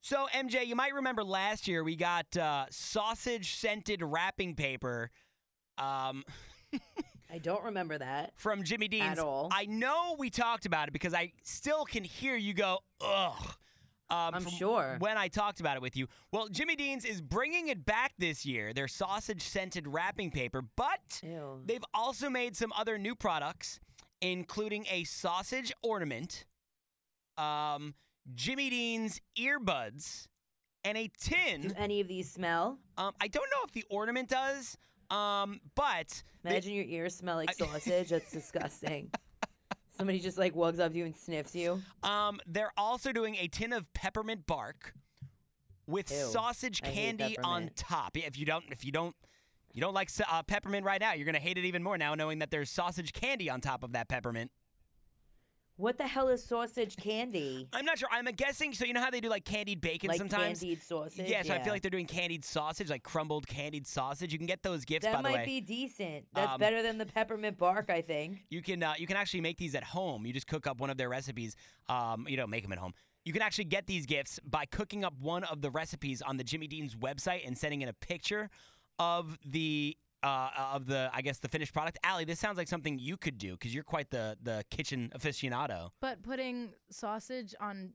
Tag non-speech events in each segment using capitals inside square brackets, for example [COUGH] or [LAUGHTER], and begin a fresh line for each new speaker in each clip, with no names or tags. So, MJ, you might remember last year we got uh, sausage scented wrapping paper um,
I don't remember that.
from Jimmy Dean's.
all.
I know we talked about it because I still can hear you go, ugh. Um,
I'm
from
sure.
When I talked about it with you. Well, Jimmy Dean's is bringing it back this year, their sausage scented wrapping paper, but
Ew.
they've also made some other new products, including a sausage ornament, um, Jimmy Dean's earbuds, and a tin.
[LAUGHS] Do any of these smell?
Um, I don't know if the ornament does, um, but the-
Imagine your ears
[LAUGHS]
smell like sausage. That's disgusting. Somebody just like walks up to you and sniffs you.
um, they're also doing a tin of peppermint bark with
Ew,
sausage
I hate
candy on
peppermint.
top. Yeah, if you don't, if you don't, you don't like sa- uh, peppermint right now, you're gonna hate it even more now, knowing that there's sausage candy on top of that peppermint.
What the hell is sausage candy?
I'm not sure. I'm guessing. So you know how they do like candied bacon
like
sometimes.
candied sausage.
yeah, so I feel like they're doing candied sausage, like crumbled candied sausage. You can get those gifts, by
that
the way.
might be decent. That's
Um,
better than the peppermint bark, I think.
You can uh, you can actually make these at home. You just cook up one of their recipes. Um, you know, make them at home. You can actually get these gifts by cooking up one of the recipes on the Jimmy Dean's website and sending in a picture of the uh, of the I guess the finished product. Allie, this sounds like something you could do because you're quite the the kitchen aficionado.
But putting sausage on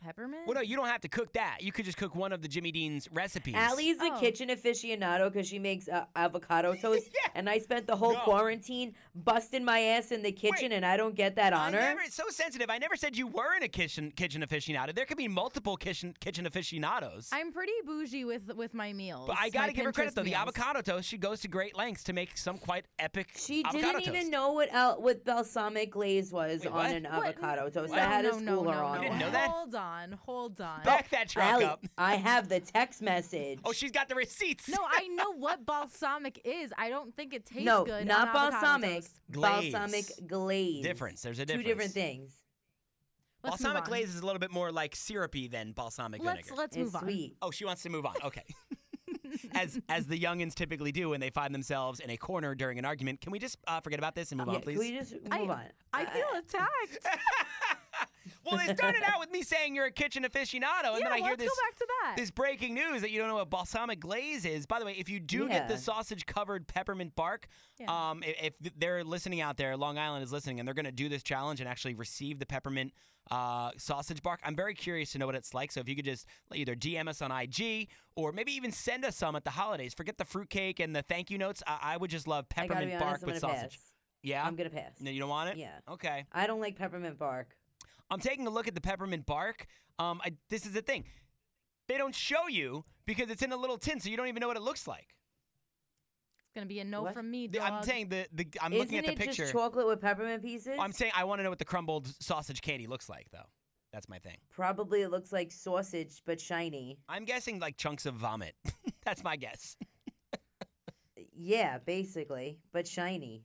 peppermint?
Well, no, you don't have to cook that. You could just cook one of the Jimmy Dean's recipes.
Allie's a
Oh.
kitchen aficionado because she makes uh,
[LAUGHS]
avocado toast,
Yeah.
and I spent the whole
No.
quarantine busting my ass in the kitchen, and I don't get that
I
honor.
never, it's so sensitive. I never said you were in a kitchen kitchen aficionado. There could be multiple kitchen kitchen aficionados.
I'm pretty bougie with with my meals.
But I
my
gotta give her credit
Pinterest
though. The
meals.
avocado toast, she goes to great lengths to make some quite epic.
She
avocado
didn't even
toast.
know what el- what balsamic glaze was
Wait,
on
what?
an
What?
avocado toast.
No,
I had a
no,
schooler
no, no,
on.
You didn't
no.
know that?
Hold on, hold on.
Back that truck
Allie,
up.
I have the text message.
Oh, she's got the receipts.
No,
[LAUGHS]
I know what balsamic is. I don't think it tastes
no,
good.
not
on avocado
balsamic.
toast.
Glaze.
Balsamic glaze.
difference. There's a
Two
difference.
different things.
Let's move
balsamic
on.
glaze is a little bit more like syrupy than balsamic
Let's
vinegar.
let's
It's
move on.
sweet.
oh, she wants to move on.
[LAUGHS]
Okay. as as the youngins typically do when they find themselves in a corner during an argument. Can we just uh, forget about this and move
Yeah,
on, please?
can we just
I-
move on?
I feel
Uh,
attacked.
well, they
[LAUGHS]
started out with me saying you're a kitchen aficionado, [LAUGHS] and
yeah,
then I
well,
hear
let's
this.
go back to that.
this breaking news that you don't know what balsamic glaze is. By the way, if you do get the
Yeah.
sausage covered peppermint bark,
Yeah.
um, i- if, they're listening out there, Long Island is listening, and they're going to do this challenge and actually receive the peppermint uh, sausage bark, I'm very curious to know what it's like. So if you could just either DM us on IG or maybe even send us some at the holidays. Forget the fruitcake and the thank you notes. I, I would just love
I gotta be
peppermint
honest,
bark
I'm
with
gonna
sausage.
pass.
Yeah.
I'm gonna pass.
no, you don't want it?
Yeah.
Okay.
I don't like peppermint bark.
I'm taking a look at the peppermint bark. Um, I, this is the thing. They don't show you because it's in a little tin, so you don't even know what it looks like.
it's gonna be a no
What?
from me,
The-
dog.
I'm saying the, the I'm
Isn't
looking at the
it
picture. Oh,
just chocolate with peppermint pieces?
I'm saying I want to know what the crumbled sausage candy looks like, though. That's my thing.
Probably it looks like sausage, but shiny.
I'm guessing like chunks of vomit. [LAUGHS] That's my guess.
Yeah, basically, but shiny.